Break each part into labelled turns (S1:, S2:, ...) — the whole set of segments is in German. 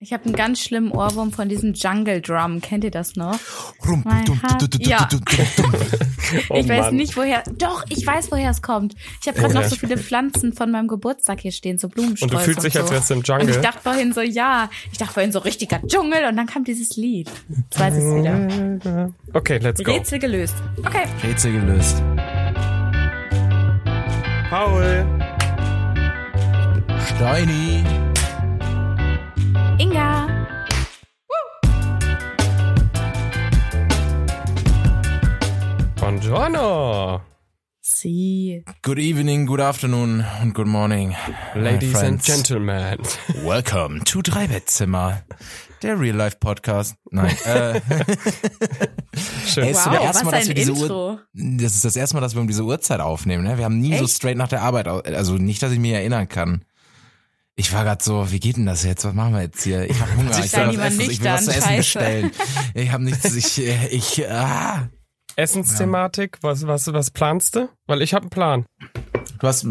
S1: Ich habe einen ganz schlimmen Ohrwurm von diesem Jungle Drum. Kennt ihr das noch?
S2: Rum,
S1: Mein
S2: dum,
S1: Herz-
S2: dum, dum,
S1: Ja.
S2: dum, dum, dum.
S3: Oh
S1: ich weiß
S3: Mann.
S1: nicht, woher. Doch, ich weiß, woher es kommt. Ich habe gerade noch so viele Pflanzen von meinem Geburtstag hier stehen, so
S3: Und
S1: Blumensträuße.
S3: du fühlst dich,
S1: so.
S3: als wärst du im
S1: Und ich
S3: Jungle.
S1: dachte vorhin so, ja. Ich dachte vorhin so richtiger Dschungel und dann kam dieses Lied. Jetzt weiß ich wieder.
S3: Okay, let's go.
S1: Rätsel gelöst. Okay.
S2: Rätsel gelöst.
S3: Paul.
S2: Steini.
S1: Inga.
S3: Buongiorno.
S1: Sie.
S2: Good evening, good afternoon und good morning.
S3: Ladies and
S2: friends.
S3: Gentlemen.
S2: Welcome to Dreibettzimmer. Der Real-Life-Podcast. Nein, äh,
S3: Schön.
S2: Ey, ist
S1: Wow,
S2: zum
S1: was
S2: ersten Mal, dass
S1: ein
S2: wir diese
S1: Intro.
S2: das ist das erste Mal, dass wir um diese Uhrzeit aufnehmen. Ne? Wir haben nie so
S1: Echt?
S2: straight nach der Arbeit, au- also nicht, dass ich mich erinnern kann. Ich war gerade so, wie geht denn das jetzt? Was machen wir jetzt hier? Ich habe Hunger, ich
S1: Steini
S2: will
S1: war
S2: was, essen, ich will
S1: nüchtern,
S2: was zu essen
S1: scheiße.
S2: bestellen. Ich habe nichts, ich, äh, ich, ah.
S3: Essensthematik, was, was, was planst du? Weil ich habe einen Plan.
S2: Du hast,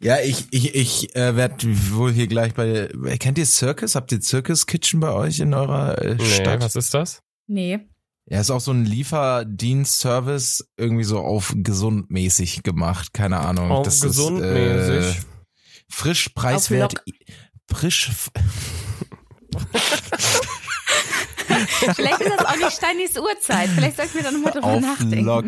S2: ja, ich, ich, ich äh, werde wohl hier gleich bei, kennt ihr Circus? Habt ihr Circus Kitchen bei euch in eurer äh, Stadt?
S3: was ist das?
S1: Nee.
S2: Ja, ist auch so ein Lieferdienstservice irgendwie so auf gesundmäßig gemacht, keine Ahnung.
S3: Auf
S2: Oh, das
S3: gesundmäßig?
S2: Ist, äh, frisch preiswert.
S1: Lock.
S2: Frisch.
S1: Vielleicht ist das auch nicht Steinis Uhrzeit. Vielleicht soll ich mir da nochmal drüber
S2: Auf
S1: nachdenken.
S2: Lock.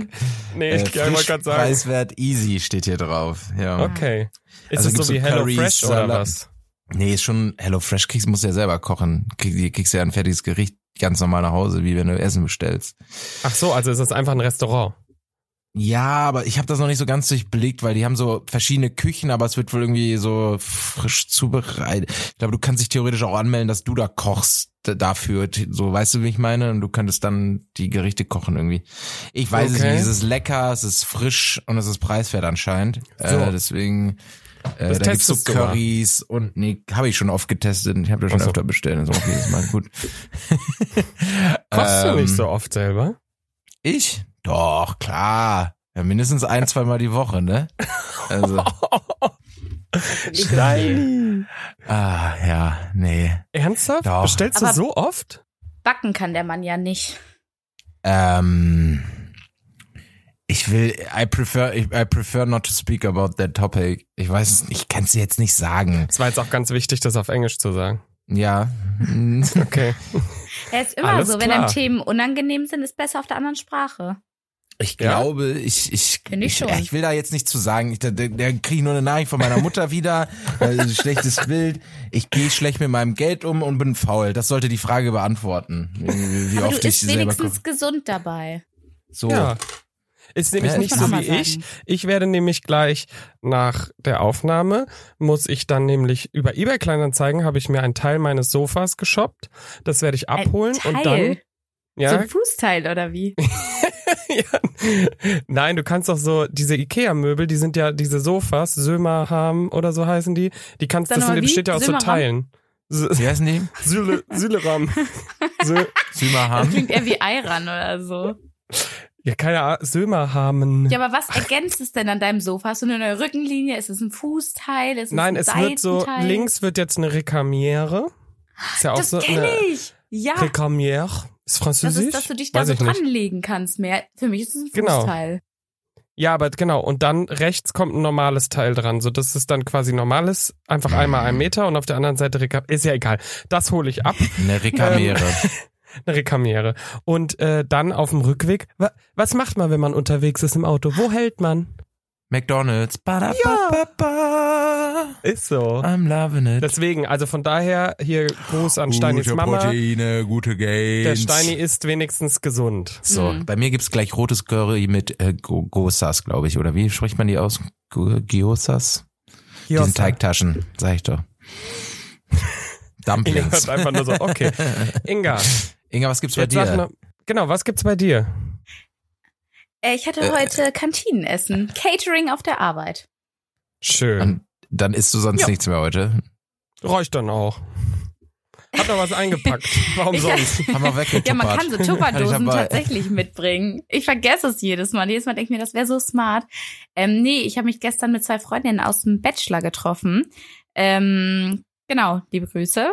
S3: Nee, ich
S2: äh,
S3: äh, wollte
S2: frisch
S3: gerade sagen.
S2: preiswert easy steht hier drauf. Ja.
S3: Okay. Ist
S2: Also
S3: das
S2: gibt's
S3: so wie
S2: so
S3: Hello
S2: Currys,
S3: Fresh oder
S2: Salat.
S3: was?
S2: Nee, ist schon Hello Fresh Keks musst du ja selber kochen. Krieg, die kriegst ja ein fertiges Gericht ganz normal nach Hause, wie wenn du Essen bestellst.
S3: Ach so, also ist das einfach ein Restaurant.
S2: Ja, aber ich habe das noch nicht so ganz durchblickt, weil die haben so verschiedene Küchen, aber es wird wohl irgendwie so frisch zubereitet. Ich glaube, du kannst dich theoretisch auch anmelden, dass du da kochst d- dafür. T- So, weißt du, wie ich meine? Und du könntest dann die Gerichte kochen irgendwie. Ich weiß es
S3: Okay.
S2: nicht. Es ist lecker, es ist frisch und es ist preiswert anscheinend.
S3: So.
S2: Äh, deswegen. Äh,
S3: Das
S2: da gibt's so
S3: testest du mal.
S2: Currys und nee, habe ich schon oft getestet. Ich habe ja schon
S3: Ach so.
S2: öfter bestellt. Also okay, ist mal gut.
S3: Kochst du
S2: Ähm,
S3: nicht so oft selber?
S2: ich? Doch, klar. Ja, mindestens ein, zweimal die Woche, ne? Also,
S3: Stein.
S2: ah, ja, nee.
S3: Ernsthaft?
S2: Doch.
S3: Bestellst du
S1: Aber-
S3: so oft?
S1: Backen kann der Mann ja nicht.
S2: Ähm, ich will, I prefer, I prefer not to speak about that topic. Ich weiß es nicht, ich kann es jetzt nicht sagen.
S3: Es war jetzt auch ganz wichtig, das auf Englisch zu sagen.
S2: Ja. mm,
S3: Okay.
S1: Er ist immer
S3: Alles
S1: so, wenn
S3: klar.
S1: einem Themen unangenehm sind, ist besser auf der anderen Sprache.
S2: Ich
S3: Ja.
S2: glaube, ich, ich,
S1: Finde ich schon.
S2: ich will da jetzt nichts zu sagen. Ich, da da, da kriege ich nur eine Nachricht von meiner Mutter wieder. Äh, schlechtes Bild. Ich gehe schlecht mit meinem Geld um und bin faul. Das sollte die Frage beantworten. Wie, wie
S1: Aber du
S2: oft ich
S1: isst
S2: selber koche.
S1: wenigstens gesund dabei.
S2: So.
S3: Ja. Ist nämlich
S2: Ja,
S3: nicht
S2: muss
S3: so
S2: man
S3: wie
S1: auch mal
S3: ich.
S1: sagen.
S3: Ich werde nämlich gleich nach der Aufnahme, muss ich dann nämlich über eBay Kleinanzeigen, habe ich mir einen Teil meines Sofas geshoppt. Das werde ich abholen
S1: Ein
S3: und
S1: Teil.
S3: dann. Ja,
S1: So ein Fußteil oder wie?
S3: ja. Nein, du kannst doch so, diese Ikea-Möbel, die sind ja diese Sofas, Sömerham oder so heißen die, die kannst,
S1: Sag
S3: das
S1: noch mal,
S3: sind-
S1: wie?
S3: besteht ja aus so
S1: Sömerham?
S3: Teilen. Sü-
S2: Wie heißen die?
S3: Süle- Süleram. Sö-
S1: Das
S2: Sümaham?
S1: klingt eher wie Eiran oder so.
S3: Ja, keine Ahnung, Sömerhamen.
S1: Ja, aber was ergänzt es denn an deinem Sofa? Hast du nur eine Rückenlinie? Ist es ein Fußteil? Ist es
S3: Nein,
S1: ein
S3: es wird so,
S1: Seitenteil?
S3: links wird jetzt eine Rekamiere. Ist ja auch
S1: Das
S3: so
S1: kenne
S3: eine
S1: ich. Ja,
S3: Rekamiere. Ist
S1: das
S3: französisch?
S1: ist, dass du dich da
S3: Weiß
S1: so
S3: ich nicht.
S1: dranlegen kannst mehr. Für mich ist es ein
S3: Genau.
S1: Fußteil.
S3: Ja, aber genau. Und dann rechts kommt ein normales Teil dran. So, das ist dann quasi normales, einfach einmal ein Meter und auf der anderen Seite Rekam. Ist ja egal. Das hole ich ab.
S2: Eine Rikamere.
S3: Ähm. Eine Rekamiere. Und äh, dann auf dem Rückweg. Wa was macht man, wenn man unterwegs ist im Auto? Wo hält man?
S2: McDonalds. Ba ba ba.
S3: Ist so.
S2: I'm loving it.
S3: Ah, Deswegen, also von daher hier Gruß an Steinis Mama.
S2: Proteine, gute Gains.
S3: Der Steini ist wenigstens gesund.
S2: So,
S1: Mhm.
S2: bei mir gibt's gleich rotes Curry mit äh, Go- Gosas, glaube ich. Oder wie spricht man die aus? Go- Gyosas? Diesen Teigtaschen, sag ich doch.
S3: Inga hört
S2: Dumplings.
S3: einfach nur so, okay. Inga,
S2: Inga, was gibt's bei
S3: jetzt sag
S2: dir?
S3: noch, genau, was gibt's bei dir?
S1: Äh, Ich hatte heute Kantinenessen. Catering auf der Arbeit.
S3: Schön.
S2: Und dann isst du sonst
S3: Ja.
S2: nichts mehr heute.
S3: Reicht dann auch. Hab noch was eingepackt. Warum
S1: Ich-
S3: sonst?
S2: Haben wir weggetuppert.
S1: Ja, man kann so Tupperdosen
S2: dabei.
S1: tatsächlich mitbringen. Ich vergesse es jedes Mal. Jedes Mal denke ich mir, das wäre so smart. Ähm, nee, ich habe mich gestern mit zwei Freundinnen aus dem Bachelor getroffen. Ähm, genau, liebe Grüße.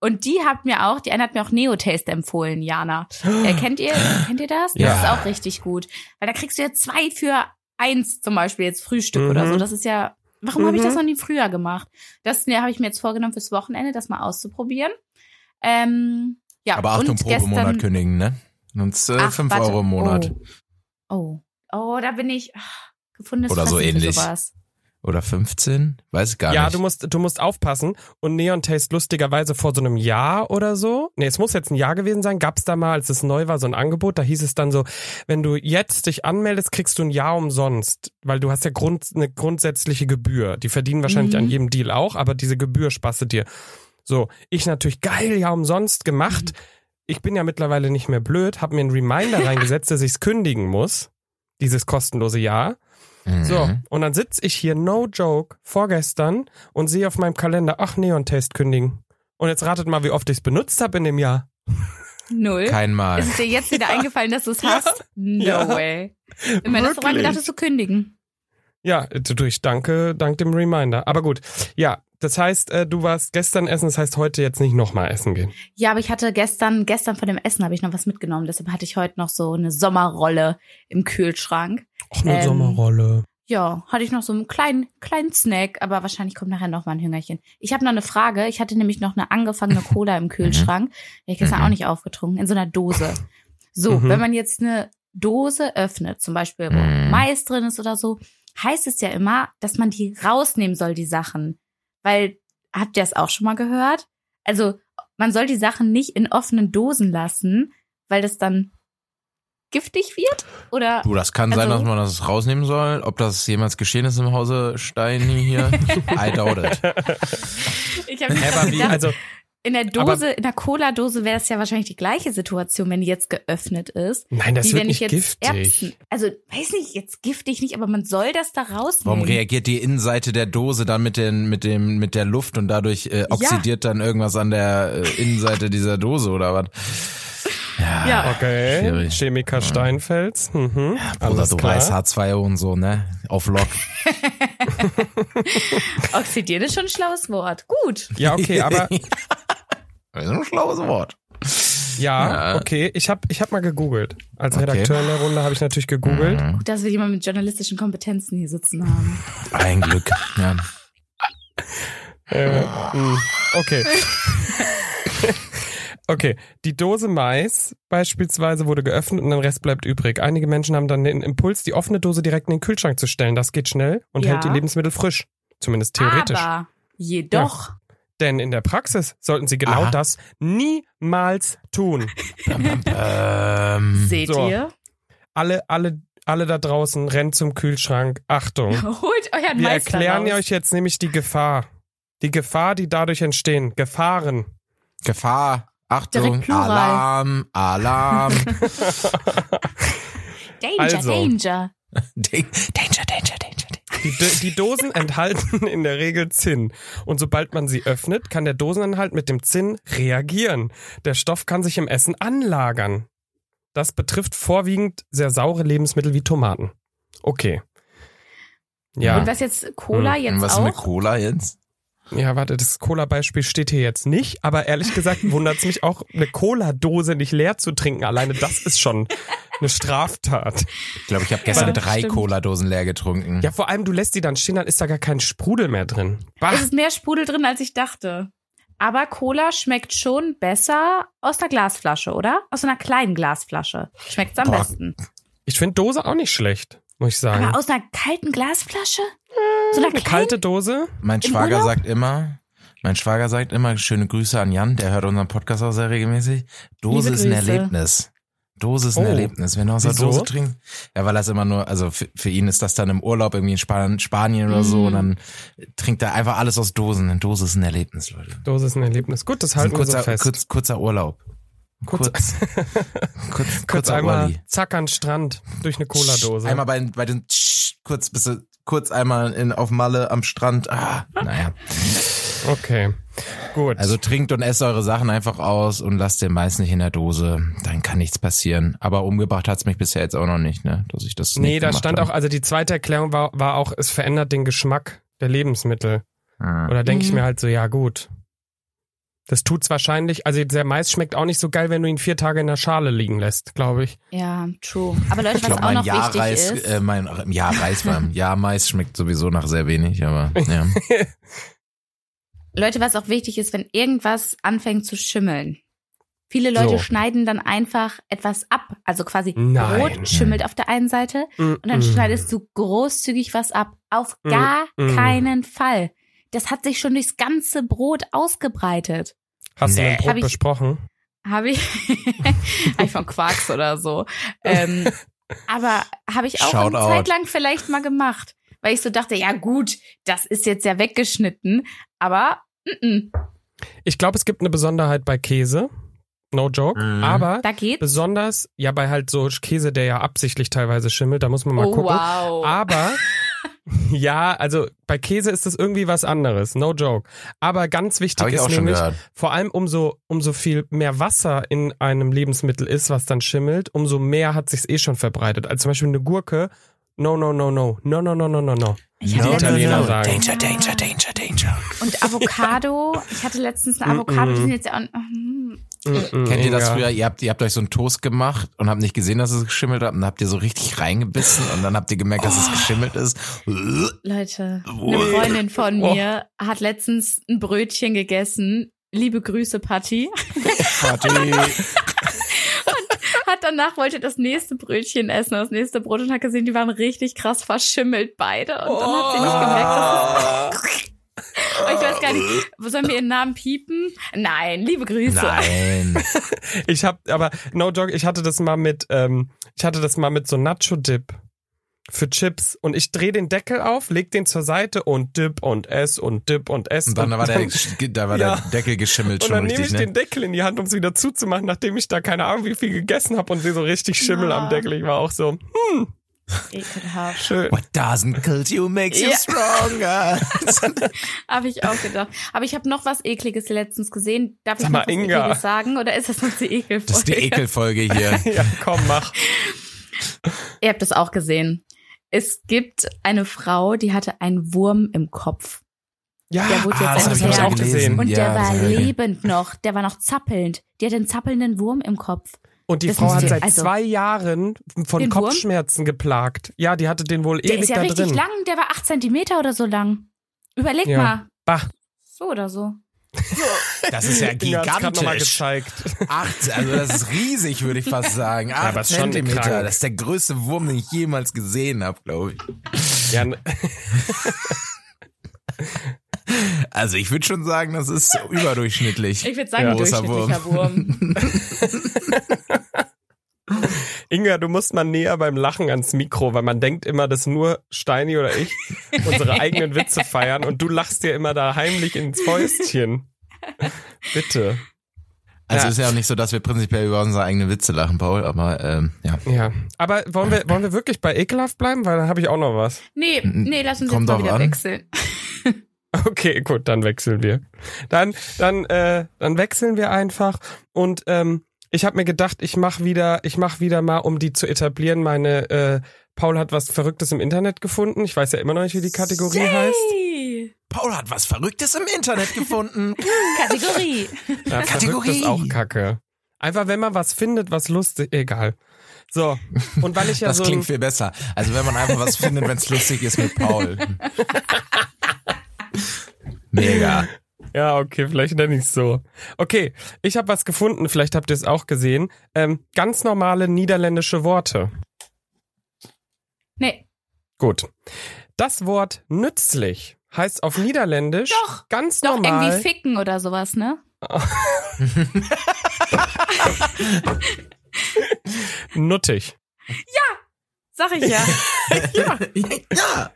S1: Und die hat mir auch, die eine hat mir auch Neotaste empfohlen, Jana. Äh, kennt ihr, kennt ihr das? Das
S2: Ja.
S1: ist auch richtig gut. Weil da kriegst du ja zwei für eins zum Beispiel jetzt Frühstück
S3: Mhm.
S1: oder so. Das ist ja, warum habe ich
S3: Mhm.
S1: das noch nie früher gemacht? Das ne, habe ich mir jetzt vorgenommen fürs Wochenende, das mal auszuprobieren. Ähm, ja,
S2: Aber Achtung,
S1: und gestern,
S2: Probemonat kündigen, ne? Sonst äh,
S1: Ach,
S2: 5
S1: warte.
S2: Euro im Monat
S1: Oh, oh, oh da bin ich ach, gefundenes
S2: Oder so
S1: Fressen für
S2: ähnlich.
S1: Sowas. Oh.
S2: oder 15? Weiß ich gar
S3: ja,
S2: nicht.
S3: du musst, du musst aufpassen. Und Neon Taste lustigerweise vor so einem Jahr oder so, nee, es muss jetzt ein Jahr gewesen sein, gab's da mal, als es neu war, so ein Angebot, da hieß es dann so, wenn du jetzt dich anmeldest, kriegst du ein Jahr umsonst, weil du hast ja Grund, eine grundsätzliche Gebühr. Die verdienen wahrscheinlich
S1: Mhm.
S3: an jedem Deal auch, aber diese Gebühr sparst du dir. So, ich natürlich geil, ja umsonst gemacht. Ich bin ja mittlerweile nicht mehr blöd, habe mir einen Reminder reingesetzt, dass ich's kündigen muss, dieses kostenlose Jahr.
S2: Mhm.
S3: So, und dann sitz ich hier, no joke, vorgestern und sehe auf meinem Kalender, ach, Neon-Taste kündigen. Und jetzt ratet mal, wie oft ich's benutzt habe in dem Jahr.
S1: Null.
S2: Kein Mal.
S1: Ist es dir jetzt wieder eingefallen, dass du es hast? No
S3: Ja.
S1: way. Immer das daran
S3: Wirklich.
S1: gedacht, dass du kündigen.
S3: Ja, durch danke, dank dem Reminder. Aber gut, ja, das heißt, äh, du warst gestern essen, das heißt heute jetzt nicht nochmal essen gehen.
S1: Ja, aber ich hatte gestern, gestern von dem Essen habe ich noch was mitgenommen. Deshalb hatte ich heute noch so eine Sommerrolle im Kühlschrank.
S3: Ach, eine
S1: Ähm.
S3: Sommerrolle.
S1: Ja, hatte ich noch so einen kleinen, kleinen Snack, aber wahrscheinlich kommt nachher noch mal ein Hüngerchen. Ich habe noch eine Frage. Ich hatte nämlich noch eine angefangene Cola
S3: Mhm.
S1: im Kühlschrank. Die hab ich gestern
S2: Mhm.
S1: auch nicht aufgetrunken, in so einer Dose. So,
S3: Mhm.
S1: wenn man jetzt eine Dose öffnet, zum Beispiel, wo
S2: Mhm.
S1: Mais drin ist oder so, heißt es ja immer, dass man die rausnehmen soll, die Sachen. Weil, habt ihr es auch schon mal gehört? Also, man soll die Sachen nicht in offenen Dosen lassen, weil das dann giftig wird? Oder
S2: Du, das kann sein,
S1: Also-
S2: dass man das rausnehmen soll. Ob das jemals geschehen ist im Hause Stein hier, I doubt it.
S1: ich habe
S3: Hä, aber wie, also,
S1: In der
S3: Aber-
S1: Dose, in der Cola-Dose wäre das ja wahrscheinlich die gleiche Situation, wenn die jetzt geöffnet ist.
S3: nein, das
S1: wie
S3: wird
S1: wenn ich
S3: nicht
S1: jetzt
S3: giftig.
S1: Erbsen. Also, weiß nicht, jetzt giftig nicht, aber man soll das da rausnehmen.
S2: Warum reagiert die Innenseite der Dose dann mit, den, mit, dem, mit der Luft und dadurch äh, oxidiert dann irgendwas an der äh, Innenseite dieser Dose oder was?
S3: Ah,
S1: Ja.
S3: Okay,
S2: Schwierig.
S3: Chemiker Steinfels. Mhm.
S2: Oder
S3: Alles
S2: du
S3: klar.
S2: weißt H2O und so, ne? Auf Lock.
S1: Oxidieren ist schon ein schlaues Wort. Gut.
S3: Ja, okay, aber
S2: Das ist ein schlaues Wort.
S3: ja,
S2: Ja.
S3: okay. Ich habe ich hab mal gegoogelt. Als
S2: Okay. Mhm.
S3: Redakteur in der Runde habe ich natürlich gegoogelt.
S1: Gut, dass wir jemanden mit journalistischen Kompetenzen hier sitzen haben.
S2: Ein Glück. Ja.
S3: Äh, mh, okay. Okay, die Dose Mais beispielsweise wurde geöffnet und der Rest bleibt übrig. Einige Menschen haben dann den Impuls, die offene Dose direkt in den Kühlschrank zu stellen. Das geht schnell und
S1: Ja.
S3: hält die Lebensmittel frisch. Zumindest theoretisch.
S1: Aber jedoch.
S3: Denn in der Praxis sollten sie genau
S2: Aha.
S3: das niemals tun.
S2: Bam, bam, bam.
S1: Seht
S3: Mhm. So.
S1: ihr?
S3: Alle, alle, alle da draußen rennt zum Kühlschrank. Achtung.
S1: Holt euren
S3: Wir
S1: Meister
S3: erklären
S1: raus.
S3: euch jetzt nämlich die Gefahr. Die Gefahr, die dadurch entstehen. Gefahren.
S2: Gefahr. Achtung.
S1: Direkt Plural.
S2: Alarm. Alarm.
S1: Danger,
S3: Also.
S1: Danger.
S2: Ding. danger, danger, danger, danger.
S3: Die, Do- die Dosen enthalten in der Regel Zinn. Und sobald man sie öffnet, kann der Dosenanhalt mit dem Zinn reagieren. Der Stoff kann sich im Essen anlagern. Das betrifft vorwiegend sehr saure Lebensmittel wie Tomaten. Okay.
S1: Und
S3: Ja,
S1: was jetzt Cola
S3: Hm,
S1: jetzt
S2: Was ist
S1: auch?
S2: mit Cola jetzt?
S3: ja, warte, das Cola-Beispiel steht hier jetzt nicht, aber ehrlich gesagt wundert es mich auch, eine Cola-Dose nicht leer zu trinken. Alleine das ist schon eine Straftat.
S2: Ich glaube, ich habe gestern
S1: Ja,
S2: drei
S1: stimmt.
S2: Cola-Dosen leer getrunken.
S3: Ja, vor allem, du lässt die dann stehen, dann ist da gar kein Sprudel mehr drin. Bah.
S1: Es ist mehr Sprudel drin, als ich dachte. Aber Cola schmeckt schon besser aus einer Glasflasche, oder? Aus einer kleinen Glasflasche. Schmeckt's am
S2: Boah.
S1: besten.
S3: Ich finde Dose auch nicht schlecht, muss ich sagen.
S1: Aber aus einer kalten Glasflasche?
S2: Äh,
S1: So einer
S3: Eine
S1: kleinen?
S3: kalte Dose?
S2: Mein
S1: Im
S2: Schwager
S1: Urlaub?
S2: sagt immer, mein Schwager sagt immer, schöne Grüße an Jan, der hört unseren Podcast auch sehr regelmäßig. Dose
S1: Liebe
S2: ist ein
S1: Grüße.
S2: Erlebnis. Dose ist ein
S3: Oh.
S2: Erlebnis, wenn er aus der
S3: Wieso?
S2: Dose trinkt. Ja, weil das immer nur, also für, für ihn ist das dann im Urlaub irgendwie in Span Spanien oder so
S1: Mm.
S2: und dann trinkt er einfach alles aus Dosen. Eine Dose ist ein Erlebnis, Leute.
S3: Dose ist ein Erlebnis. Gut,
S2: Das
S3: das
S2: ist ein
S3: halten wir
S2: kurzer,
S3: so fest.
S2: kurz, kurzer Urlaub.
S3: Kurz-
S2: kurz, kurz,
S3: kurz
S2: kurzer
S3: einmal
S2: Urli.
S3: zack an den Strand durch eine Cola-Dose.
S2: Einmal bei, bei den Tsch, kurz bis kurz einmal in, auf Malle am Strand. Ah, naja.
S3: Okay, gut.
S2: Also trinkt und esst eure Sachen einfach aus und lasst den Mais nicht in der Dose. Dann kann nichts passieren. Aber umgebracht hat's mich bisher jetzt auch noch nicht, ne? Dass ich das
S3: nee,
S2: nicht
S3: da
S2: gemacht
S3: stand auch,
S2: habe.
S3: also die zweite Erklärung war, war auch, es verändert den Geschmack der Lebensmittel.
S2: Ah.
S3: Oder denke ich
S1: Mhm.
S3: mir halt so, ja gut. Das tut's wahrscheinlich. Also der Mais schmeckt auch nicht so geil, wenn du ihn vier Tage in der Schale liegen lässt, glaube ich.
S1: Ja, true. Aber Leute,
S2: Ich
S1: was
S2: glaube,
S1: auch
S2: mein
S1: noch
S2: Jahrreis,
S1: wichtig ist.
S2: äh, mein ja, Reis war, ja, Mais schmeckt sowieso nach sehr wenig, aber ja.
S1: Leute, was auch wichtig ist, wenn irgendwas anfängt zu schimmeln. Viele Leute
S3: So.
S1: schneiden dann einfach etwas ab. Also quasi
S3: Nein.
S1: Brot schimmelt auf der einen Seite
S2: Mhm.
S1: und
S3: Mhm.
S1: dann schneidest du großzügig was ab. Auf
S3: Mm,
S1: gar
S3: mm.
S1: keinen Fall. Das hat sich schon durchs ganze Brot ausgebreitet.
S3: Hast du
S2: Nee.
S3: mit dem
S1: Hab
S3: Brot
S1: ich-
S3: besprochen?
S1: Habe ich, hab ich von Quarks oder so. Ähm, aber habe ich auch
S2: Shout
S1: eine
S2: out.
S1: Zeit lang vielleicht mal gemacht, weil ich so dachte, ja gut, das ist jetzt ja weggeschnitten, aber mm, mm,
S3: Ich glaube, es gibt eine Besonderheit bei Käse. No joke.
S2: Mhm.
S3: Aber
S1: da geht's.
S3: besonders, ja, bei halt so Käse, der ja absichtlich teilweise schimmelt, da muss man mal
S1: oh,
S3: gucken. Ah.
S1: wow.
S3: Aber ja, also bei Käse ist das irgendwie was anderes, no joke. Aber ganz wichtig
S2: Habe ich
S3: ist
S2: auch schon
S3: nämlich,
S2: gehört.
S3: vor allem umso umso viel mehr Wasser in einem Lebensmittel ist, was dann schimmelt, umso mehr hat sich's eh schon verbreitet. Also zum Beispiel eine Gurke. No, no, no, no, no, no, no, no, no, no.
S1: Ich hab
S3: No,
S1: letztens-
S3: Italiener sagen.
S2: Danger, danger, danger, danger.
S1: Und Avocado, ich hatte letztens eine
S3: Mm,
S1: Avocado, die
S3: mm.
S1: sind jetzt ja auch, mm,
S3: Mm, mm,
S2: Kennt ihr das
S3: Inga.
S2: früher? Ihr habt, ihr habt euch so einen Toast gemacht und habt nicht gesehen, dass es geschimmelt hat und habt ihr so richtig reingebissen und dann habt ihr gemerkt, dass
S3: Oh.
S2: es geschimmelt ist.
S1: Leute, eine
S2: Uah.
S1: Freundin von
S2: Oh.
S1: mir hat letztens ein Brötchen gegessen. Liebe Grüße, Patti.
S2: Party.
S1: Hat danach wollte das nächste Brötchen essen, das nächste Brot und hat gesehen, die waren richtig krass verschimmelt beide. Und dann hat sie nicht gemerkt, dass es, Aber ich weiß gar nicht, wo sollen wir ihren Namen piepen? Nein, liebe Grüße.
S2: Oh. Nein.
S3: Ich hab, aber no joke, ich hatte das mal mit, ähm, ich hatte das mal mit so Nacho Dip für Chips und ich drehe den Deckel auf, leg den zur Seite und dip und ess und dip und ess.
S2: Und dann war der, da war
S3: Ja.
S2: der Deckel geschimmelt
S3: und
S2: schon
S3: dann nehme
S2: richtig,
S3: ich
S2: ne?
S3: den Deckel in die Hand, um es wieder zuzumachen, nachdem ich da keine Ahnung wie viel gegessen habe und sehe so richtig Schimmel
S1: Ja.
S3: am Deckel. Ich war auch so äh,
S1: Ekelhaft.
S3: schön.
S2: What doesn't kill you makes you
S1: Ja.
S2: stronger.
S1: Habe ich auch gedacht. Aber ich habe noch was Ekliges letztens gesehen. Darf ich
S3: Sag mal,
S1: noch was
S3: Inga.
S1: Ekliges sagen? Oder ist das jetzt die Ekelfolge?
S2: Das ist die Ekelfolge hier.
S3: Ja, komm, mach.
S1: Ihr habt es auch gesehen. Es gibt eine Frau, die hatte einen Wurm im Kopf.
S3: Ja,
S1: Der wurde jetzt
S3: ah, das habe ich
S1: entfernt.
S3: auch gesehen.
S2: Und-
S3: Und,
S1: Und
S2: Ja,
S1: der war
S2: das hab ich-
S1: lebend noch. Der war noch zappelnd. Die hat einen zappelnden Wurm im Kopf.
S3: die
S1: Das
S3: Frau
S1: müsst
S3: hat
S1: ihr-
S3: seit
S1: also-
S3: zwei Jahren von
S1: Den Wurm?
S3: Kopfschmerzen geplagt. Ja, die hatte den wohl
S1: Der
S3: ewig
S1: ist ja
S3: da
S1: richtig
S3: drin.
S1: lang. Der war acht Zentimeter oder so lang. Überleg
S3: Ja.
S1: mal.
S3: Bah.
S1: So oder so.
S2: Das ist ja
S3: Inga hat's grad noch mal
S2: gigantisch.
S3: gezeigt.
S2: Acht, also das ist riesig, würde ich fast sagen. Acht
S3: aber ist schon
S2: Zentimeter.
S3: krank.
S2: Das ist der größte Wurm, den ich jemals gesehen habe, glaube ich.
S3: Ja, n-
S2: Also ich würde schon sagen, das ist so überdurchschnittlich.
S1: Ich würde sagen,
S3: Ja.
S1: ein
S2: Großer
S1: durchschnittlicher Wurm.
S3: Inga, du musst mal näher beim Lachen ans Mikro, weil man denkt immer, dass nur Steini oder ich unsere eigenen Witze feiern und du lachst dir immer da heimlich ins Fäustchen. Bitte.
S2: Also
S3: Ja.
S2: ist ja auch nicht so, dass wir prinzipiell über unsere eigenen Witze lachen, Paul, aber ähm, ja.
S3: Ja. Aber wollen wir, wollen wir wirklich bei ekelhaft bleiben? Weil dann habe ich auch noch was.
S1: Nee, nee, lass uns
S2: Kommt
S1: jetzt mal
S2: drauf
S1: wieder
S2: an.
S1: wechseln.
S3: Okay, gut, dann wechseln wir. Dann, dann, äh, dann wechseln wir einfach. Und ähm, ich habe mir gedacht, ich mache wieder, ich mache wieder mal, um die zu etablieren, meine. Äh, Paul hat was Verrücktes im Internet gefunden. Ich weiß ja immer noch nicht, wie die Kategorie heißt.
S1: Hey,
S2: Paul hat was Verrücktes im Internet gefunden.
S1: Kategorie.
S3: Ja,
S2: Kategorie.
S3: Kategorie ist auch Kacke. Einfach, wenn man was findet, was lustig, egal. So und weil ich ja
S2: Das
S3: so ein,
S2: klingt viel besser. Also wenn man einfach was findet, wenn es lustig ist mit Paul. Hm. Mega.
S3: ja okay, vielleicht nenne ich so. Okay, ich habe was gefunden. Vielleicht habt ihr es auch gesehen. Ähm, ganz normale niederländische Worte.
S1: Nee,
S3: Gut. Das Wort nützlich heißt auf Niederländisch
S1: Doch,
S3: ganz
S1: doch
S3: normal.
S1: irgendwie ficken oder sowas, ne?
S3: nuttig.
S1: Sag ich ja.
S2: Ja. ja.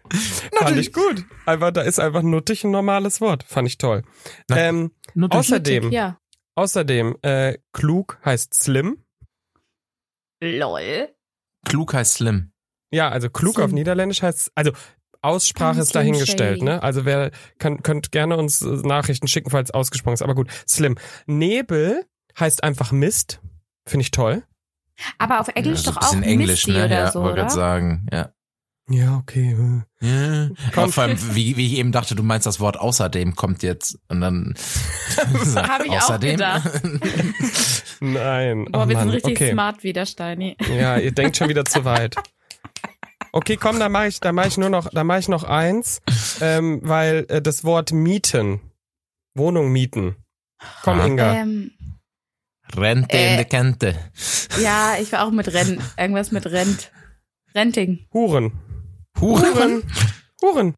S3: Fand ich gut. Einfach, da ist einfach nuttig ein normales Wort. Fand ich toll.
S2: Na-
S3: Ähm, außerdem,
S1: ja.
S3: außerdem, äh, klug heißt slim.
S1: Lol.
S2: Klug heißt slim.
S3: Ja, also klug
S1: Slim.
S3: auf Niederländisch heißt, also Aussprache
S1: Ganz
S3: ist dahingestellt,
S1: slim shady.
S3: ne? Also wer kann, könnt gerne uns äh, Nachrichten schicken, falls ausgesprochen ist. Aber gut, slim. Nebel heißt einfach Mist. Finde ich toll.
S1: Aber auf Englisch
S2: Ja, so
S1: doch auch
S2: ein Also bisschen Englisch,
S1: Misty
S2: ne?
S1: oder
S2: ja,
S1: so,
S2: wollte
S1: oder?
S2: gerade sagen, ja.
S3: Ja, okay. hm.
S2: Ja. Aber vor allem, wie, wie ich eben dachte, du meinst das Wort außerdem kommt jetzt und dann
S1: Hab ich auch gedacht.
S3: Nein.
S1: Boah,
S3: oh
S1: wir
S3: Mann.
S1: sind richtig
S3: okay.
S1: smart wieder, Steini.
S3: Ja, ihr denkt schon wieder zu weit. Okay, komm, da mache ich, da mache ich nur noch, da mache ich noch eins, ähm, weil äh, das Wort mieten, Wohnung mieten. Komm,
S2: Ah.
S3: Inga.
S1: Ähm,
S2: Rente in
S1: Äh.
S2: der Kante.
S1: ja, ich war auch mit Rent. Irgendwas mit Rent. Renting.
S3: Huren.
S2: Huren.
S3: Huren. Huren.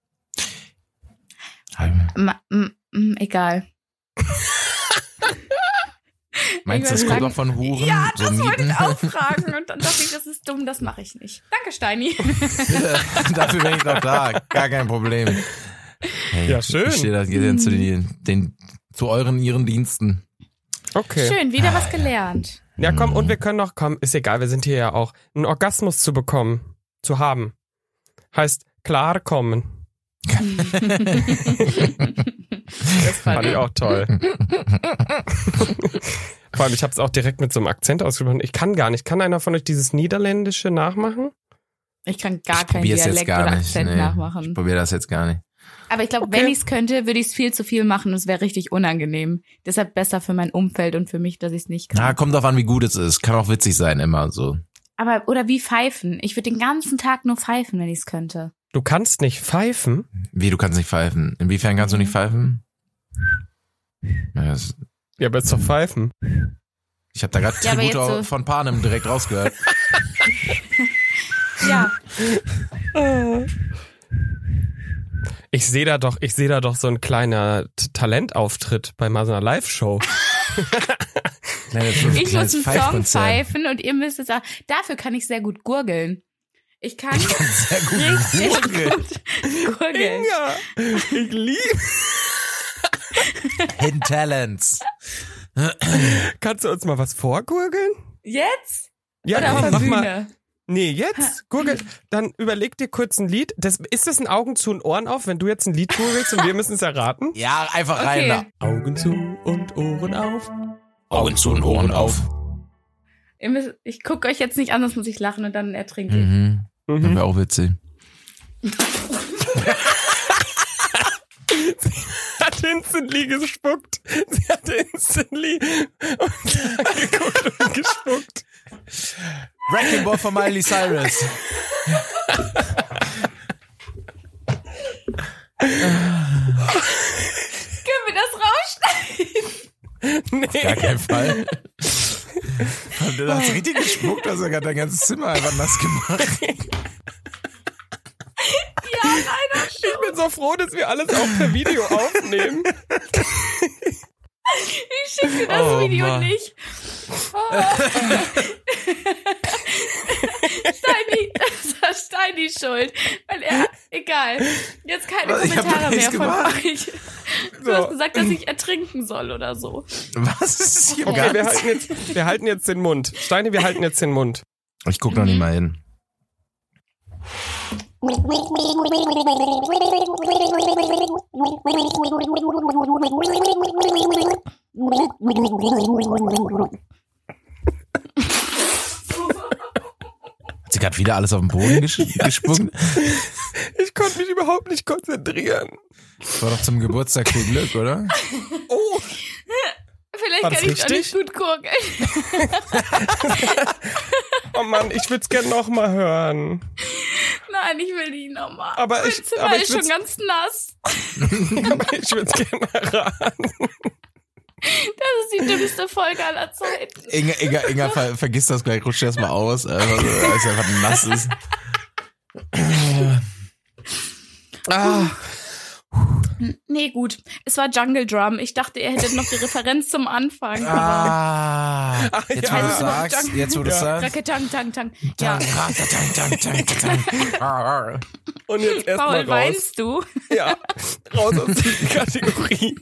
S1: Ma- m- m- egal.
S2: Meinst du, das
S1: Ich
S2: kommt
S1: wollte
S2: auch von Huren?
S1: ja,
S2: so
S1: das wollte
S2: Mieten?
S1: ich auch fragen. Und dann dachte ich, das ist dumm, das mache ich nicht. Danke, Steini.
S2: Dafür bin ich doch da. Gar kein Problem. Hey,
S3: Ja, schön.
S2: Ich stehe da, geht dann zu,
S1: Hm.
S2: den, den, zu euren, ihren Diensten.
S3: Okay.
S1: Schön, wieder was gelernt.
S3: Ja, komm, und wir können noch, komm, ist egal, wir sind hier ja auch. Einen Orgasmus zu bekommen, zu haben, heißt klarkommen.
S1: Das
S3: Fand ich
S1: ich.
S3: auch toll. Vor allem, ich habe es auch direkt mit so einem Akzent ausgesprochen. Ich kann gar nicht. Kann einer von euch dieses Niederländische nachmachen?
S1: Ich kann gar
S2: ich
S1: keinen
S2: probiere es
S1: Dialekt
S2: jetzt gar
S1: oder
S2: nicht.
S1: Akzent
S2: Nee, Ich
S1: nachmachen.
S2: probiere das jetzt gar nicht.
S1: Aber ich glaube,
S3: Okay.
S1: wenn ich es könnte, würde ich es viel zu viel machen und es wäre richtig unangenehm. Deshalb besser für mein Umfeld und für mich, dass ich es nicht kann.
S2: Na, kommt drauf an, wie gut es ist. Kann auch witzig sein, immer so.
S1: Aber, oder wie pfeifen. Ich würde den ganzen Tag nur pfeifen, wenn ich es könnte.
S3: Du kannst nicht pfeifen?
S2: Wie, du kannst nicht pfeifen? Inwiefern kannst du nicht pfeifen? Ja, das-
S3: Ja, aber jetzt doch pfeifen.
S2: Ich habe da gerade
S1: Ja, aber
S2: Tribute
S1: jetzt so-
S2: von Panem direkt rausgehört.
S1: Ja,
S3: Ich sehe da doch, ich sehe da doch so ein kleiner T- Talentauftritt bei mal so einer Live-Show.
S2: Kleines-
S1: ich muss
S2: kleines
S1: einen Song
S2: Pfeifkonzert.
S1: pfeifen und ihr müsst es auch. Dafür kann ich sehr gut gurgeln. Ich kann
S2: Ich kann sehr
S1: richtig
S2: gut gurgeln.
S1: gut gurgeln.
S3: ich liebe.
S2: Hidden Talents.
S3: Kannst du uns mal was vorgurgeln?
S1: Jetzt?
S3: Ja,
S1: Oder
S3: komm,
S1: auf der
S3: mach mal.
S1: Bühne?
S3: Nee, jetzt? Gurgel. Dann überleg dir kurz ein Lied. Das, ist das ein Augen zu und Ohren auf, wenn du jetzt ein Lied gurgelst und wir müssen es erraten?
S2: Ja, einfach rein da.
S1: Okay,
S3: Augen zu und Ohren auf.
S2: Augen zu und Ohren auf.
S1: ihr müsst, ich gucke euch jetzt nicht an, sonst muss ich lachen und dann ertrinke ich.
S2: Mhm. Das wäre auch witzig.
S3: Hat instantly gespuckt. Sie hat instantly und angeguckt und gespuckt.
S2: Wrecking Ball von Miley Cyrus.
S1: Können wir das rausschneiden?
S2: Gar
S3: Nee.
S2: kein Fall. Und du hast richtig gespuckt, also hast ja gerade dein ganzes Zimmer einfach nass gemacht.
S3: Ich bin so froh, dass wir alles auch per Video aufnehmen.
S1: Ich schicke das
S2: Oh,
S1: Video
S2: Mann.
S1: nicht. Oh. Steini, das war Steini schuld. Weil er, egal. Jetzt keine
S3: Oh,
S2: Was? Ich hab doch
S1: Kommentare mehr
S2: nichts
S1: von
S2: gemacht.
S1: euch. Du
S3: So.
S1: hast gesagt, dass ich ertrinken soll oder so.
S2: Was ist hier
S3: Okay,
S2: okay,
S3: wir halten, jetzt, wir halten jetzt den Mund. Steine, wir halten jetzt den Mund.
S2: Ich guck
S3: Mhm.
S2: noch nicht mal hin. Hat sie gerade wieder alles auf den Boden gesch gespuckt?
S3: Ich konnte mich überhaupt nicht konzentrieren.
S2: War doch zum Geburtstag viel Glück, oder?
S3: Oh,
S1: Vielleicht
S3: War das
S1: kann ich auch nicht
S3: richtig?
S1: gut gucken.
S3: oh Mann, ich würde es gerne nochmal hören.
S1: Nein, ich will die nochmal.
S3: Aber
S1: mein
S3: ich-
S1: Zimmer
S3: aber ich
S1: ist schon
S3: würd's-
S1: ganz nass.
S3: Aber ich würde es gerne erraten.
S1: Das ist die dümmste Folge aller Zeiten.
S2: Inga, Inga, Inga ver vergiss das gleich, rutsch das mal aus, einfach so, weil es einfach nass ist.
S3: Ah,
S1: Nee, gut. Es war Jungle Drum. Ich dachte, ihr hättet noch die Referenz zum Anfang. aber-
S2: Ah, jetzt wo
S3: ja.
S2: du sagst, jetzt wo du
S3: Ja.
S2: sagst.
S1: Racke, tang, tang, tang. Ja.
S2: Tang, tang, tang, tang, tang. Ah, ah.
S3: und jetzt erstmal
S1: Paul,
S3: raus.
S1: weinst du?
S3: Ja, raus aus der Kategorie.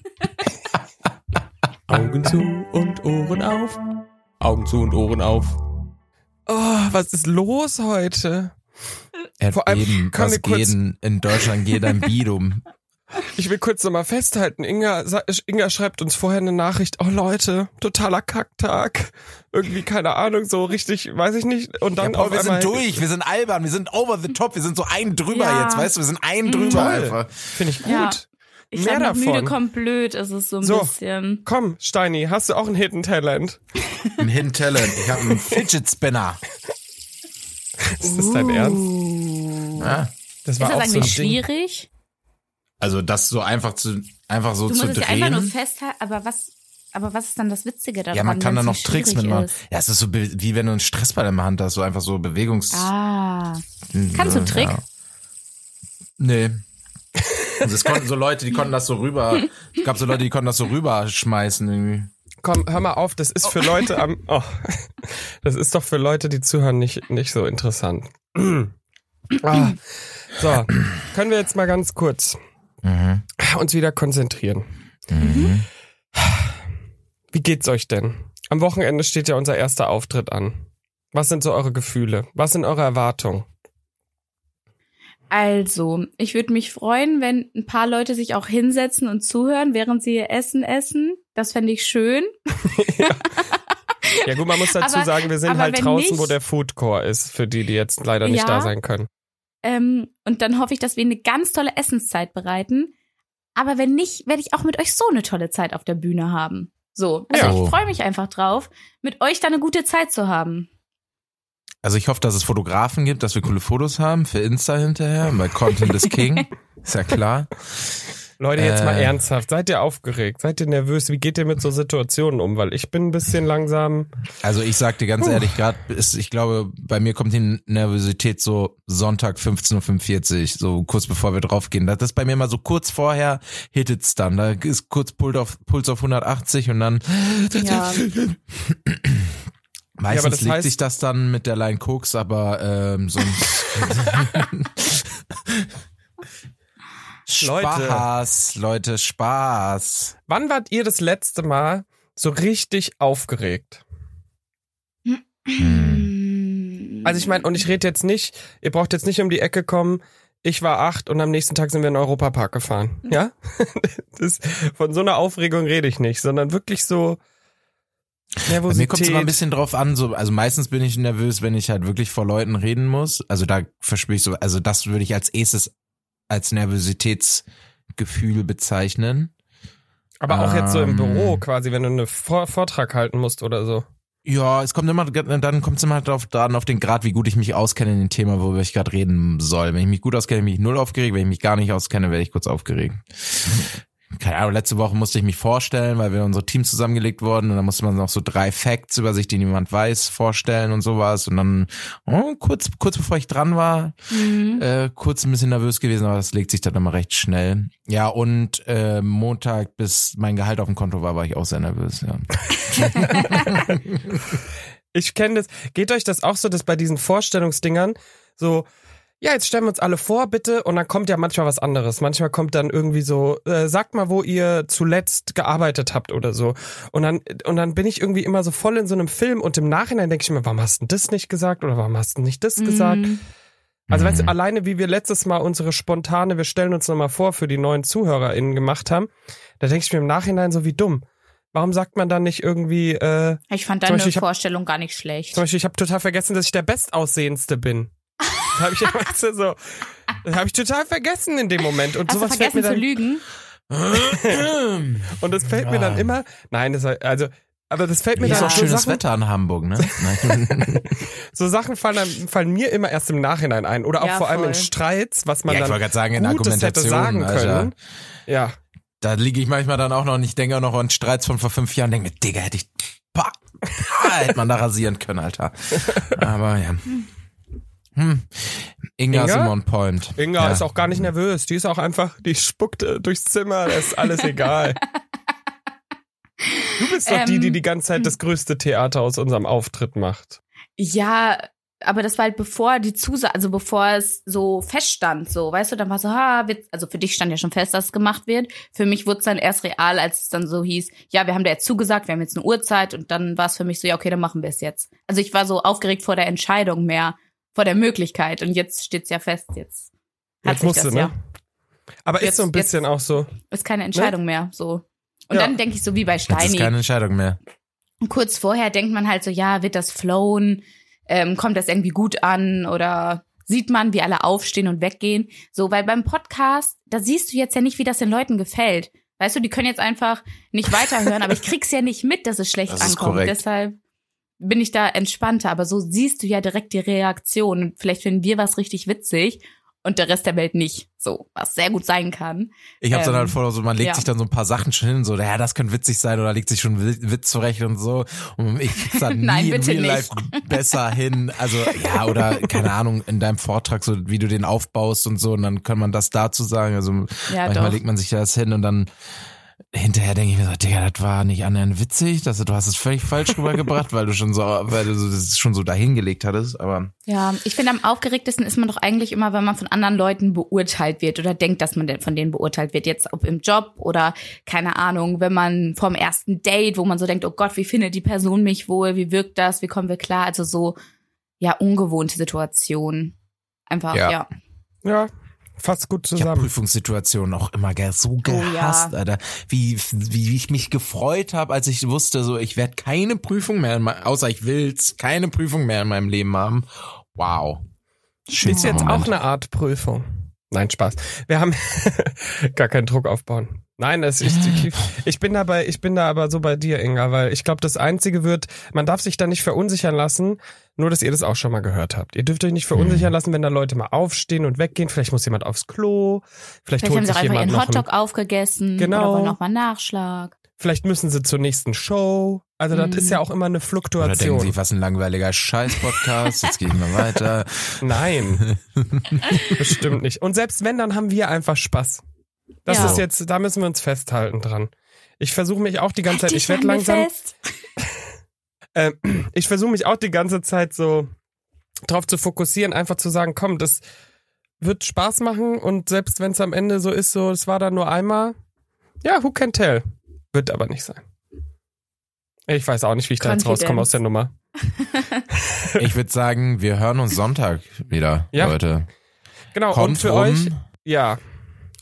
S3: Augen zu und Ohren auf. Augen zu und Ohren auf. Oh, was ist los heute?
S2: Er hat
S3: Vor allem
S2: jeden,
S3: kann
S2: was
S3: mir kurz-
S2: jeden in Deutschland geht ein Bidum.
S3: Ich will kurz nochmal festhalten. Inga, sa- Inga schreibt uns vorher eine Nachricht. Oh Leute, totaler Kacktag. Irgendwie, keine Ahnung, so richtig, weiß ich nicht. Und
S2: Ja,
S3: dann
S2: Paul,
S3: auf
S2: wir
S3: einmal,
S2: sind durch, wir sind albern, wir sind over the top, wir sind so einen drüber
S1: Ja.
S2: jetzt, weißt du, wir sind einen
S1: Mhm.
S2: drüber
S3: Toll.
S2: einfach.
S3: Finde ich gut.
S1: Ja. Ich
S3: Mehr
S1: sag noch,
S3: davon.
S1: müde kommt blöd, ist es so ein
S3: So.
S1: bisschen.
S3: Komm, Steini, hast du auch ein Hidden Talent?
S2: Ein Hidden Talent, ich habe einen Fidget Spinner.
S3: Ist das dein Ernst?
S1: Uh.
S2: Ja.
S3: Das
S1: Ist
S3: war
S1: das
S3: auch so ein
S1: eigentlich
S3: Ding.
S1: schwierig?
S2: Also das so einfach zu einfach so
S1: Du
S2: zu
S1: musst es ja
S2: drehen.
S1: einfach nur festhalten, aber was, aber was ist dann das Witzige daran?
S2: ja, man kann da
S1: wenn's
S2: noch
S1: nicht
S2: Tricks
S1: schwierig
S2: mitmachen.
S1: ist?
S2: Ja, es ist so be- wie wenn du einen Stressball in der Hand hast, so einfach so Bewegungs.
S1: Ah, kannst du einen Trick?
S2: Ja. Nee. Also es konnten so Leute, die konnten das so rüber. Es gab so Leute, die konnten das so rüberschmeißen irgendwie.
S3: Komm, hör mal auf, das ist für Leute am. Oh, das ist doch für Leute, die zuhören, nicht, nicht so interessant. Ah, so, können wir jetzt mal ganz kurz
S2: Mhm.
S3: uns wieder konzentrieren.
S2: Mhm.
S3: Wie geht's euch denn? Am Wochenende steht ja unser erster Auftritt an. Was sind so eure Gefühle? Was sind eure Erwartungen?
S1: Also, ich würde mich freuen, wenn ein paar Leute sich auch hinsetzen und zuhören, während sie ihr Essen essen. Das fände ich schön.
S3: Ja gut, man muss dazu
S1: Aber-
S3: sagen, wir sind
S1: aber
S3: halt
S1: wenn
S3: draußen,
S1: nicht-
S3: wo der Food Core ist, für die, die jetzt leider nicht
S1: Ja.
S3: da sein können.
S1: Ähm, und dann hoffe ich, dass wir eine ganz tolle Essenszeit bereiten. Aber wenn nicht, werde ich auch mit euch so eine tolle Zeit auf der Bühne haben. So, also
S2: Ja.
S1: ich freue mich einfach drauf, mit euch da eine gute Zeit zu haben.
S2: Also ich hoffe, dass es Fotografen gibt, dass wir coole Fotos haben für Insta hinterher, weil Content ist King. Ist ja klar.
S3: Leute, jetzt mal
S2: Äh.
S3: ernsthaft. Seid ihr aufgeregt? Seid ihr nervös? Wie geht ihr mit so Situationen um? Weil ich bin ein bisschen langsam.
S2: Also ich sag dir ganz
S3: Puh.
S2: ehrlich, gerade ist, ich glaube, bei mir kommt die Nervosität so Sonntag 15.45 Uhr, so kurz bevor wir draufgehen. Das ist bei mir mal so kurz vorher hit it's dann. Da ist kurz Puls auf, Puls auf 180 und dann
S1: Ja.
S2: meistens
S3: aber das
S2: legt
S3: heißt-
S2: sich das dann mit der Line Koks, aber ähm, sonst.
S3: Leute.
S2: Spaß, Leute, Spaß.
S3: Wann wart ihr das letzte Mal so richtig aufgeregt? Also ich meine, und ich rede jetzt nicht, ihr braucht jetzt nicht um die Ecke kommen. Ich war acht und am nächsten Tag sind wir in den Europapark gefahren. Ja? Das, von so einer Aufregung rede ich nicht, sondern wirklich so
S2: Bei mir
S3: Nervosität.
S2: kommt es immer ein bisschen drauf an, so, also meistens bin ich nervös, wenn ich halt wirklich vor Leuten reden muss. Also da verspüre ich so, also das würde ich als erstes als Nervositätsgefühl bezeichnen.
S3: Aber auch jetzt so im
S2: Ähm.
S3: Büro quasi, wenn du einen Vor Vortrag halten musst oder so.
S2: Ja, es kommt immer, dann kommt es immer drauf an, auf den Grad, wie gut ich mich auskenne in dem Thema, worüber ich gerade reden soll. Wenn ich mich gut auskenne, bin ich null aufgeregt. Wenn ich mich gar nicht auskenne, werde ich kurz aufgeregt. Keine Ahnung, letzte Woche musste ich mich vorstellen, weil wir unsere Teams zusammengelegt wurden und dann musste man noch so drei Facts über sich, die niemand weiß, vorstellen und sowas. Und dann, oh, kurz, kurz bevor ich dran war,
S1: Mhm.
S2: äh, kurz ein bisschen nervös gewesen, aber das legt sich dann immer recht schnell. Ja, und äh, Montag, bis mein Gehalt auf dem Konto war, war ich auch sehr nervös, ja.
S3: Ich kenne das. Geht euch das auch so, dass bei diesen Vorstellungsdingern so, ja, jetzt stellen wir uns alle vor, bitte, und dann kommt ja manchmal was anderes. Manchmal kommt dann irgendwie so, äh, sagt mal, wo ihr zuletzt gearbeitet habt oder so. Und dann, und dann bin ich irgendwie immer so voll in so einem Film und im Nachhinein denke ich mir, warum hast du das nicht gesagt oder warum hast du nicht das gesagt?
S1: Mhm.
S3: Also weißt du,
S2: Mhm.
S3: alleine wie wir letztes Mal unsere spontane, wir stellen uns nochmal vor, für die neuen ZuhörerInnen gemacht haben, da denke ich mir im Nachhinein so, wie dumm. Warum sagt man dann nicht irgendwie, äh,
S1: Ich fand
S3: Zum
S1: deine
S3: Beispiel, ich hab-
S1: Vorstellung gar nicht schlecht.
S3: zum Beispiel, ich habe total vergessen, dass ich der Bestaussehendste bin. Das habe ich ja weißt du, so. Das habe ich total vergessen in dem Moment. Und
S1: Hast du
S3: sowas fällt mir
S1: vergessen zu
S3: dann.
S1: lügen?
S3: Und das fällt mir dann
S2: Ah.
S3: immer. Nein, das war- also. Aber das fällt mir
S2: Hier ist
S3: dann
S2: auch
S3: so
S2: schönes
S3: Sachen,
S2: Wetter in Hamburg, ne? Nein.
S3: so Sachen fallen, dann- fallen mir immer erst im Nachhinein ein. Oder auch
S1: Ja,
S3: vor allem in
S1: voll.
S3: Streits, was man
S2: ja, ich wollte
S3: dann
S2: gerade sagen, in also
S3: Gutes hätte
S2: Argumentation.
S3: sagen
S2: Alter,
S3: können. Ja.
S2: da liege ich manchmal dann auch noch und ich denke auch noch an Streits von vor fünf Jahren denke mir, Digga, hätte ich bah, bah, hätte man da rasieren können, Alter. Aber ja. Hm. Inga,
S3: Inga?
S2: ist immer on point.
S3: Inga
S2: ja.
S3: ist auch gar nicht nervös. Die ist auch einfach, die spuckt äh, durchs Zimmer, das ist alles egal. Du bist doch die,
S1: Ähm,
S3: die die ganze Zeit das größte Theater aus unserem Auftritt macht.
S1: Ja, aber das war halt bevor die Zusage, also bevor es so feststand, so, weißt du, dann war so, ha, wird, also für dich stand ja schon fest, dass es gemacht wird. Für mich wurde es dann erst real, als es dann so hieß, ja, wir haben da jetzt zugesagt, wir haben jetzt eine Uhrzeit und dann war es für mich so, ja, okay, dann machen wir es jetzt. Also ich war so aufgeregt vor der Entscheidung mehr, vor der Möglichkeit und jetzt steht's ja fest, jetzt. hat
S3: Jetzt
S1: sich
S3: musst
S1: das
S3: du, ne?
S1: ja-
S3: Aber
S1: Jetzt-
S3: ist so ein bisschen auch so.
S1: Ist keine Entscheidung mehr, so. Und
S3: Ja.
S1: dann denke ich so wie bei
S2: Jetzt ist
S1: Steini.
S2: keine Entscheidung mehr.
S1: Und kurz vorher denkt man halt so, ja, wird das flown? Ähm, kommt das irgendwie gut an? Oder sieht man, wie alle aufstehen und weggehen? So, weil beim Podcast, da siehst du jetzt ja nicht, wie das den Leuten gefällt. Weißt du, die können jetzt einfach nicht weiterhören, aber ich krieg's ja nicht mit, dass es schlecht
S2: Das ist
S1: ankommt.
S2: korrekt.
S1: Deshalb bin ich da entspannter. Aber so siehst du ja direkt die Reaktion. Und vielleicht finden wir was richtig witzig und der Rest der Welt nicht. So, was sehr gut sein kann.
S2: Ich hab's
S1: Ähm,
S2: dann halt vor, so, man legt
S1: ja.
S2: sich dann so ein paar Sachen schon hin, so, ja, das könnte witzig sein oder legt sich schon Wi- Witz zurecht und so. Und ich krieg's dann nie
S1: Nein,
S2: in
S1: bitte
S2: Real Life
S1: nicht.
S2: besser hin. Also, ja, oder keine Ahnung, in deinem Vortrag, so wie du den aufbaust und so, und dann kann man das dazu sagen. Also
S1: Ja,
S2: manchmal
S1: doch.
S2: legt man sich das hin und dann hinterher denke ich mir so, Digga, das war nicht annähernd witzig, das, du hast es völlig falsch rübergebracht, weil du schon so, weil du so- das schon so dahingelegt hattest, aber
S1: Ja, ich finde, am aufgeregtesten ist man doch eigentlich immer, wenn man von anderen Leuten beurteilt wird oder denkt, dass man de- von denen beurteilt wird. Jetzt ob im Job oder keine Ahnung, wenn man vom ersten Date, wo man so denkt, oh Gott, wie findet die Person mich wohl? Wie wirkt das? Wie kommen wir klar? Also so, ja, ungewohnte Situationen. Einfach,
S2: Ja.
S1: ja.
S3: Ja, fast gut
S2: Ich habe
S3: zusammen. Oh
S2: Prüfungssituationen auch immer ge- so
S1: ja.
S2: gehasst, Alter. Wie, wie, wie ich mich gefreut habe, als ich wusste, so ich werde keine Prüfung mehr, in mein, außer ich will's, keine Prüfung mehr in meinem Leben haben. Wow. Schön.
S3: Ist jetzt auch eine Art Prüfung. Nein, Spaß. Wir haben gar keinen Druck aufbauen. Nein, es ist, ich, ich bin dabei, ich bin da aber so bei dir, Inga, weil ich glaube, das Einzige wird, man darf sich da nicht verunsichern lassen, nur dass ihr das auch schon mal gehört habt. Ihr dürft euch nicht
S2: Hm.
S3: verunsichern lassen, wenn da Leute mal aufstehen und weggehen. Vielleicht muss jemand aufs Klo,
S1: Vielleicht
S3: vielleicht,
S1: haben
S3: holt
S1: sie auch einfach
S3: sich jemand
S1: ihren
S3: noch einen,
S1: Hotdog aufgegessen
S3: Genau.
S1: oder wollen nochmal Nachschlag.
S3: vielleicht müssen sie zur nächsten Show. Also das
S1: Mhm.
S3: ist ja auch immer eine
S2: Oder denken
S3: Fluktuation.
S2: Sie, was ein langweiliger Scheiß-Podcast, jetzt gehen wir weiter.
S3: Nein, bestimmt nicht. Und selbst wenn, dann haben wir einfach Spaß. Das
S1: Ja.
S3: ist jetzt, da müssen wir uns festhalten dran. Ich versuche mich auch die ganze Zeit, ich
S1: Dich
S3: werde
S1: an mir
S3: langsam,
S1: fest.
S3: ich versuche mich auch die ganze Zeit so drauf zu fokussieren, einfach zu sagen, komm, das wird Spaß machen und selbst wenn es am Ende so ist, so, es war da nur einmal, ja, who can tell? Wird aber nicht sein. Ich weiß auch nicht, wie ich da jetzt
S1: Confidence.
S3: rauskomme aus der Nummer.
S2: Ich würde sagen, wir hören uns Sonntag wieder,
S3: Ja.
S2: Leute.
S3: Genau,
S2: Kommt
S3: und für
S2: rum.
S3: euch, Ja.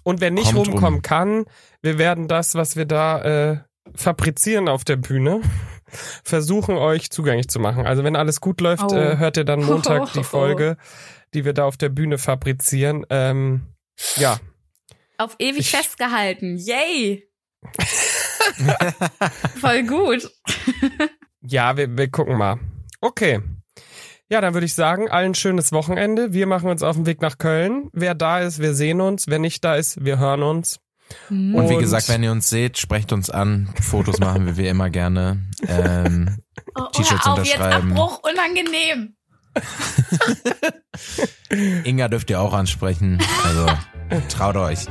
S3: Und wer nicht
S2: Kommt
S3: rumkommen
S2: rum.
S3: kann, wir werden das, was wir da äh, fabrizieren auf der Bühne, versuchen euch zugänglich zu machen. Also wenn alles gut läuft,
S1: Oh.
S3: äh, hört ihr dann Montag
S1: Oh.
S3: die Folge, die wir da auf der Bühne fabrizieren. Ähm, ja,
S1: Auf ewig
S3: Ich-
S1: festgehalten. Yay! Voll gut.
S3: ja, wir, wir gucken mal. Okay. Ja, dann würde ich sagen, allen schönes Wochenende. Wir machen uns auf den Weg nach Köln. Wer da ist, wir sehen uns. Wer nicht da ist, wir hören uns.
S2: Und, wie
S3: Und-
S2: gesagt, wenn ihr uns seht, sprecht uns an. Fotos machen wir wie immer gerne. Ähm,
S1: Oh, oh,
S2: T-Shirts
S1: hör auf, jetzt
S2: unterschreiben.
S1: Abbruch, unangenehm.
S2: Inga dürft ihr auch ansprechen. Also traut euch.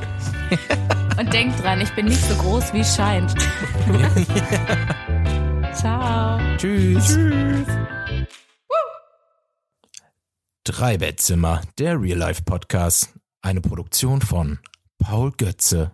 S1: Und denkt dran, ich bin nicht so groß, wie es scheint. Ciao.
S2: Tschüss. Tschüss. Drei Bettzimmer, der Real Life Podcast. Eine Produktion von Paul Götze.